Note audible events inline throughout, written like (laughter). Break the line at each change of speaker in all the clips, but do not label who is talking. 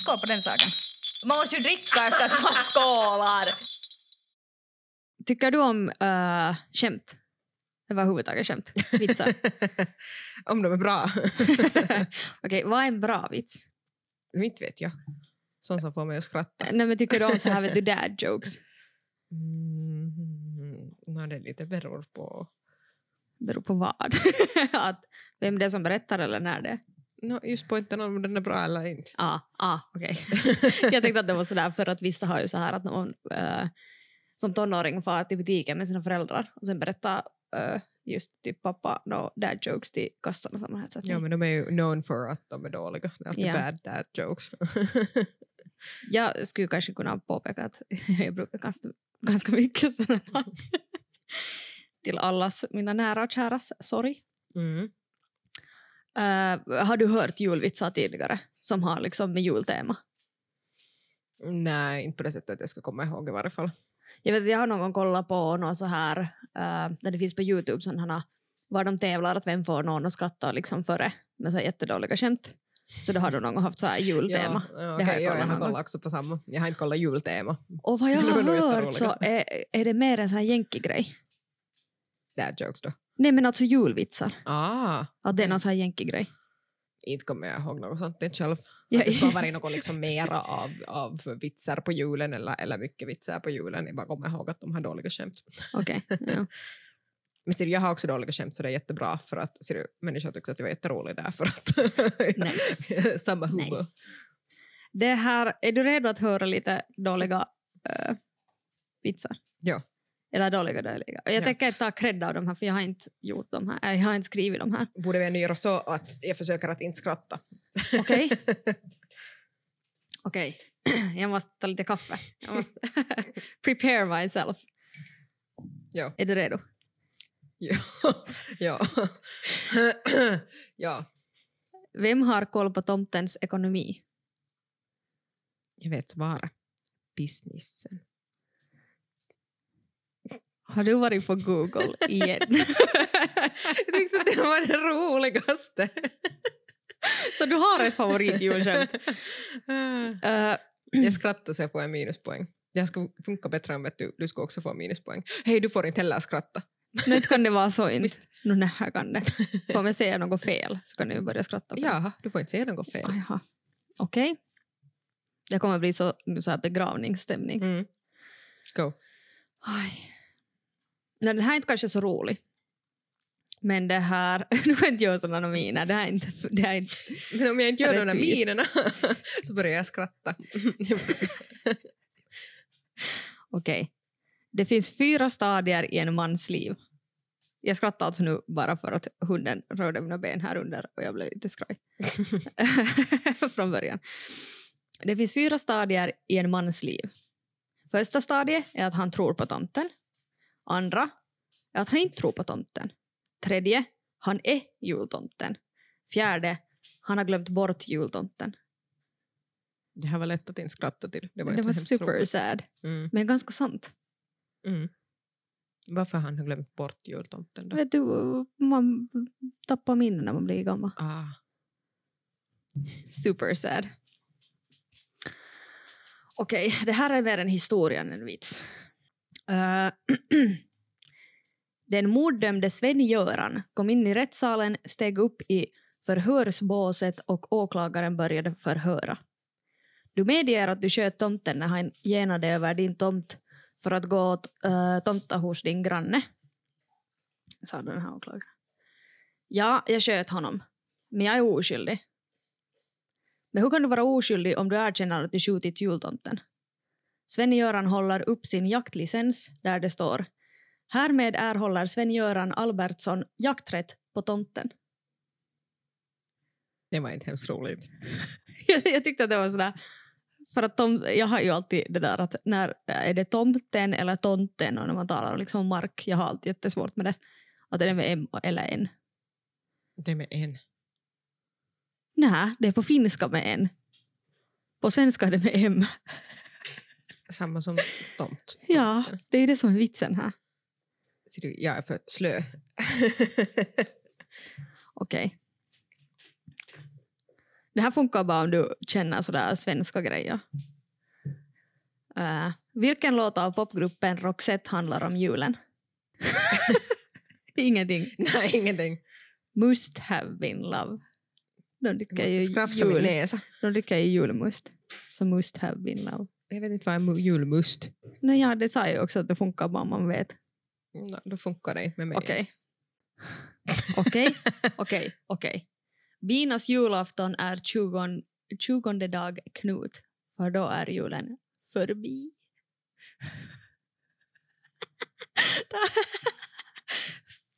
skål på den saken. Man måste ju dricka efter att man skålar.
Tycker du om uh, skämt? Överhuvudtaget skämt?
(laughs)
Vitsar?
(laughs) Om de är bra. (laughs)
Okej, vad är en bra vits?
Inte vet jag. Sånt som får mig att skratta.
Eh, Nej, men tycker du om så här vet du dad jokes?
Mm, nå, det lite beror på...
Beror på vad? (laughs) att vem det är som berättar eller när det är?
nå just på inte om den är bra eller inte.
Ah, ah, okej.
(laughs)
jag tänkte att det var sådär för att vissa har ju så här att någon eh, som tonåring far till butiken med sina föräldrar och sen berättar eh, just typ pappa no dad jokes till kassan och sådana här saker.
Ja, men de är ju known for att de är dåliga. Det är alltid
Ja.
bad dad jokes. (laughs)
Jag skulle kanske kunna påpeka att (laughs) jag brukar ganska, ganska mycket sådana här. (laughs) till allas mina nära och käras sorg.
mm.
Eh, har du hört julvitsar tidigare som har liksom med jultema?
Nej, inte på det sättet att jag ska komma ihåg i varje fall.
Jag vet att jag har någon gång kollat på någon så här, eh, när det finns på Youtube sådana var de tävlar att vem får någon att skratta liksom före med så här jättedåliga skämt. Så då har de någon gång haft så här jultema.
Ja, ja,
Det
okej,
har jag
ja,
kollat
jag
någon
har
gång.
kollat också på samma. Jag har inte kollat jultema.
Och vad jag
(laughs) Det
har
var nog
hört
jätteroliga.
så är, är det mer en sån här jänkigrej.
Dad jokes då.
Nej men alltså julvitsar.
Ah,
Att det är någon sån här jänkigrej.
inte kommer jag ihåg något sånt inte själv.
Jag,
Att det skulle ha varit något liksom mera av, av vitsar på julen eller, eller mycket vitsar på julen. Jag bara kommer ihåg att de har dåliga skämt.
(laughs) Okej. ja.
Men ser du, jag har också dåliga skämt så det är jättebra för att ser du, människor tyckte att jag var jätterolig där för att (laughs) samma humor.
Nice. Det här, är du redo att höra lite dåliga eh, vitsar?
Ja.
Eller dåliga, dåliga. Jag
Ja.
tänker ta cred av de här för jag har inte gjort de här. äh, Jag har inte skrivit
(laughs)
de här.
Borde vi ändå göra så att jag försöker att inte skratta? (laughs)
Okej? Okej. (clears throat) Jag måste ta lite kaffe. Jag måste (laughs) prepare myself.
Ja.
Är du redo?
ja. (clears throat) ja.
Vem har koll på tomtens ekonomi?
Jag vet svaret. Businessen.
Har du varit på Google igen?
(laughs)
(laughs)
Jag tyckte att det var det roligaste.
Så du har ett
(laughs)
favoritjulskämt? Eh,
jag skrattar så jag får en minuspoäng. Det här ska funka bättre om vet du, du ska också få minuspoäng. Hej, du får inte heller skratta.
Nu inte kan det vara så inte.
Visst.
Nu no, här kan det. Om jag säger något fel så kan ni börja skratta. för det.
Jaha, du får inte säga något fel.
Jaha. Okej. Det kommer bli så, så här begravningsstämning.
Mm. Go.
Aj. Nej, den här är inte kanske så rolig. Men det här... (laughs) Du kan inte göra sådana miner. Det här är inte... Det här är inte
Men om jag inte gör de där
Rättvist.
minerna (laughs) så börjar
(laughs)
jag skratta.
Okej. Det finns fyra stadier i en mans liv. Jag skrattar alltså nu bara för att hunden rörde mina ben här under och jag blev lite skraj.
(laughs)
(laughs) Från början. Det finns fyra stadier i en mans liv. Första stadiet är att han tror på tomten. Andra är att han inte tror på tomten. Tredje, han är jultomten. Fjärde, han har glömt bort jultomten.
det här var lätt att inte skratta till. Det var,
Det
inte
var
så hemskt
super
roligt.
sad,
Mm.
men ganska sant.
Mm. Varför har han har glömt bort jultomten då?
Vet du, man tappar minnen när man blir gammal.
Ah.
Super sad. Okej, det här är mer en historia än en vits. Eh, (clears throat) Den morddömde Sven-Göran kom in i rättssalen, steg upp i förhörsbåset och åklagaren började förhöra. Du medger att du sköt tomten när han genade över din tomt för att gå och uh, tomta hos din granne? Sa den här åklagaren. Ja, jag sköt honom. Men jag är oskyldig. Men hur kan du vara oskyldig om du erkänner att du skjutit jultomten? Sven-Göran håller upp sin jaktlicens där det står Härmed erhåller Sven-Göran Albertsson jakträtt på tomten. (laughs)
Det var inte hemskt roligt.
jag, jag tyckte att det var sådär... För att tom, jag har ju alltid det där att när är det tomten eller tomten och när man talar om liksom mark, jag har alltid jättesvårt med det. Att är det med M eller N?
Det med en.
Nej, det är på finska med N. På svenska är det med M.
Samma
(laughs)
som tomt.
Ja,
tomten.
det är det som är vitsen här.
Ser du, jag är för slö. (laughs)
Okej. Det här funkar bara om du känner sådär svenska grejer. Äh, vilken låt av popgruppen Roxette handlar om julen? (laughs) Ingenting.
Nej, ingenting.
Must have been love. De dricker
Jag
ju
måste skrafsa min
jul.
näsa.
De dricker ju julmust. Så must have been love.
Jag vet inte vad en mu- julmust...
Nej, ja, det sa jag ju också att det funkar bara om man vet.
No, då funkar det inte med mig.
Okej. (laughs) Okej, okej, okej. Binas julafton är 20, 20 dag Knut, för då är julen förbi. (laughs)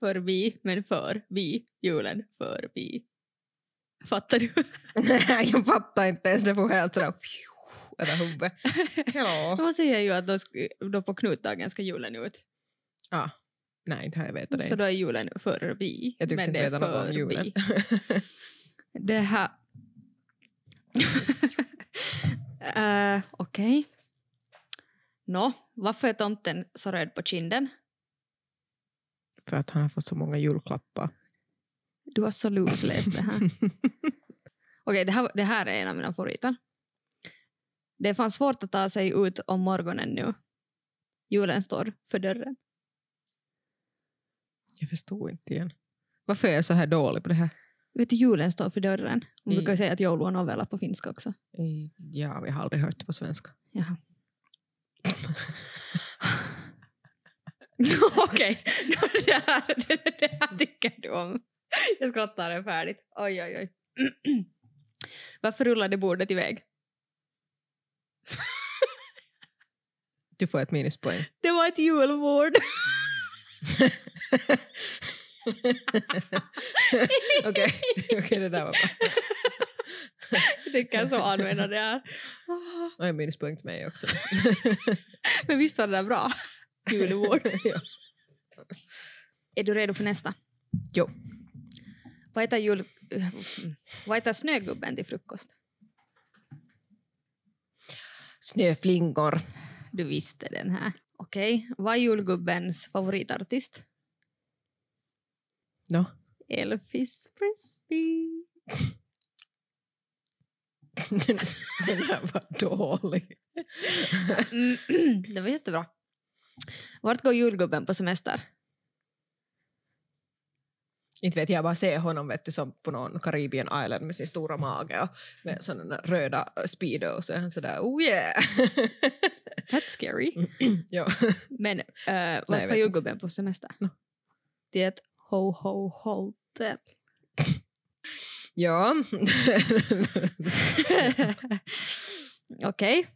förbi, men för vi, julen förbi. Fattar du?
Nej, (laughs) jag fattar inte ens. Det får helt sådär... pju, Över (laughs) huvudet. Ja.
De säger ju att då, sk- då på Knutdagen ska julen ut,
ja. Nej, inte har jag vetat det.
så
inte.
då är julen förbi.
Jag
men
tycks inte
det är
veta något om julen.
förbi. Det här... (laughs) uh, Okej. Nå, varför är tomten så röd på kinden?
(laughs) För att han har fått så många julklappar.
Du har så lusläst det här. Okej, det, här, det här är en av mina favoriter. Det är fan svårt att ta sig ut om morgonen nu. Julen står för dörren.
Jag förstod inte igen. Varför är jag så här dålig på det här?
Vet du, julen står för dörren. Man brukar
Mm.
ju säga att joulu on ovella på finska också.
Eh, Ja, vi har aldrig hört det på svenska.
Jaha. (laughs) Okej, det, här, det, det här tycker du om. Jag skrattar det färdigt. Oj, oj, (clears throat) oj. Varför rullade bordet iväg?
Du får ett (laughs) minuspoäng.
Det var ett julbord. (laughs)
Okej, (laughs) Okej, det där var bra.
Jag tycker så använda det här.
Och en minuspoäng till mig också.
Men visst var det där bra? (laughs) Julbord.
(laughs) ja.
Är du redo för nästa?
Jo.
Vad heter, jul... (sniffs) Vad heter snögubben till frukost?
(laughs) Snöflingor.
Du visste den här. Okej. Vad är julgubbens favoritartist?
No.
Elvis Presley.
Den, den där var dålig.
Mm, (clears throat) det var jättebra. Vart går julgubben på semester?
Inte vet jag, bara ser honom vet du, som på någon Caribbean island med sin stora mage och med sådana där röda speedos och han sådär oh yeah. (laughs)
That's (clears throat) scary.
ja.
Men uh, vart
jag
går
vet
julgubben på semester?
No.
Det är ett ho ho hotel.
ja.
(laughs)
(laughs)
Okej.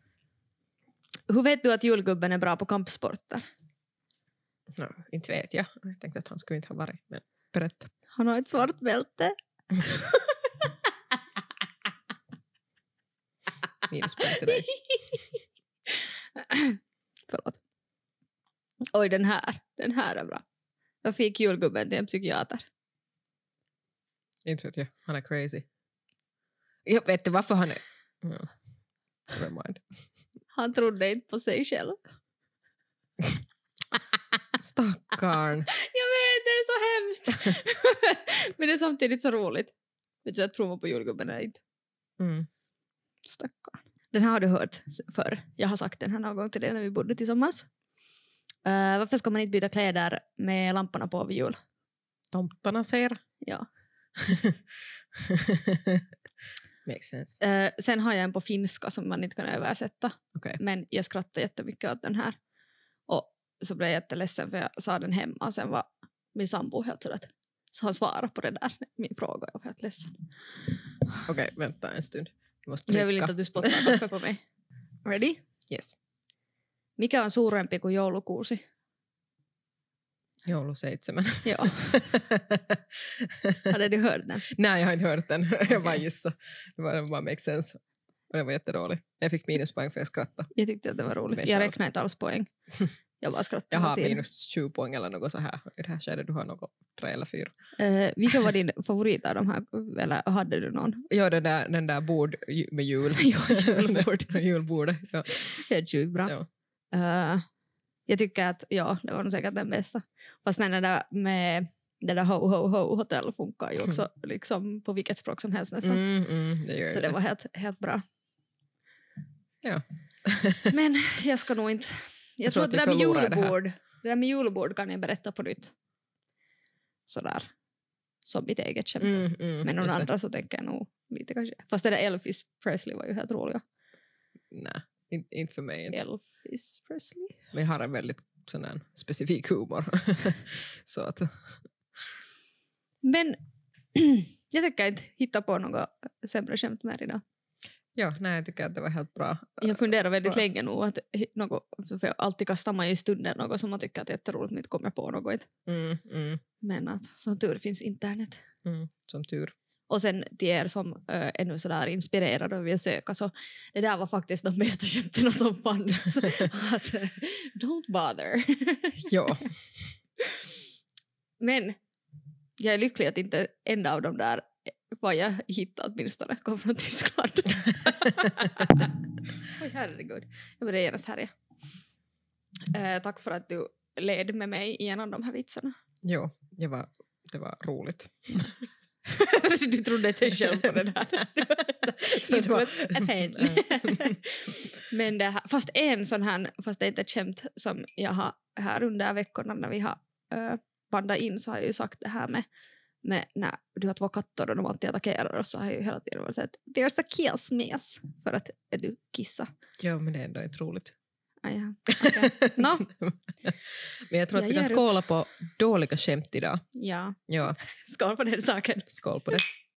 Hur vet du att julgubben är bra på kampsporter?
no, inte vet jag. Jag tänkte att han skulle inte ha varit men berätta.
Han har ett svart bälte.
Minuspoäng till dig.
(clears throat) (laughs) Förlåt. Oj, den här. Den här är bra. Jag fick julgubben till en psykiater.
Inte vet jag. Han är crazy. Jag vet inte varför han är... Ja. Never
(laughs)
mind.
Han trodde inte på sig själv.
Stackarn.
Jag vet, det är så hemskt! (laughs) Men det är samtidigt så roligt. Vet du, jag tror man på julgubben eller inte.
Mm.
Stackarn. Den här har du hört förr. Jag har sagt den här någon gång till dig när vi bodde tillsammans. Eh, varför ska man inte byta kläder med lamporna på vid jul?
Tomtarna säger.
Ja.
(laughs) Makes sense.
Eh, sen har jag en på finska som man inte kan översätta.
Okej.
Men jag skrattade jättemycket åt den här. Och så blev jag jätteledsen för jag sa den hemma och sen var min sambo helt sådär att- så han svarade på det där, min fråga. och Jag var helt ledsen.
Okej, vänta en stund. Jag måste
Jag vill
dricka.
inte att du spottar kaffe på mig. (laughs) Ready?
Yes.
Mikä on suurempi kuin joulukuusi?
Jouluseitsemän.
Joo. Hade du hört den?
(laughs) Nej, jag har inte hört den. (laughs) jag bara
Okej.
gissade. Det var, det bara makes sense. Och den var jättedålig. Jag fick minuspoäng för jag skrattade.
Jag tyckte att den var rolig.
Men
Jag
själv.
räknar inte alls poäng. Jag bara
Jag
skrattade
har
hela tiden.
minus 20 poäng eller något så här. I det här skedet du har något tre eller fyra.
Eh, vilka var din favorit av de här? Eller hade du någon?
Ja, den där, den där bord ju- med jul.
(laughs) Ja, julbord.
(laughs) Julbordet. Ja.
Det är ju bra.
Ja.
Eh, jag tycker att ja, det var nog säkert den bästa. Fast den där med det där ho ho ho hotell funkar ju också liksom på vilket språk som helst nästan.
Mm, mm, det gör
Så
ju
det
det.
var helt, helt bra.
Ja.
(laughs) Men jag ska nog inte... Jag, tror att det där med
vi förlorar det här.
julbord, det där med julbord kan jag berätta på nytt. Sådär. Som mitt eget skämt.
Mm, mm,
Men någon
just det.
andra så tänker jag nog lite kanske. Fast det där Elvis Presley var ju helt roliga.
Nej, inte, inte för mig. Inte.
Elvis Presley?
Men jag har en väldigt sån där specifik humor. (laughs) så att,
Men (clears throat) jag tänker inte hitta på något sämre skämt mer idag.
ja, nej, jag tycker att det var helt bra.
Jag funderar väldigt
Bra.
länge nu. Att hi- något, för jag alltid kastar man ju i stunden något som man tycker att det är jätteroligt men inte kommer jag på något. inte.
Mm, mm,
Men att, som tur finns internet.
mm, som tur.
Och sen till er som uh, är nu sådär inspirerade och vill söka så det där var faktiskt de bästa skämten som (laughs) fanns. att, eh, don't bother.
ja.
Men jag är lycklig att inte en av dem där eh, vad jag hittade åtminstone kom från (laughs) Tyskland. Oj herregud, jag började genast härja. Eh, tack för att du led med mig igenom de här vitsarna.
Jo, det var, det var roligt.
(laughs) du trodde inte själv på det
(laughs)
där.
Så
It
det var-
was (laughs) a pain.
Mm.
Men det här, fast en sån här, fast det är inte ett skämt som jag har här under veckorna när vi har uh, bandat in så har jag ju sagt det här med, med när du har två katter och de alltid attackerar oss så har jag ju hela tiden varit såhär att “there's a killsmes” för att är du kissa.
Ja, men det är ändå inte roligt.
Ah, ja. Okej.
(laughs)
Nå,
Men jag tror att
Jag
vi kan
ger upp.
skåla på dåliga skämt idag.
ja.
Ja,
Skål på den saken.
skål på det.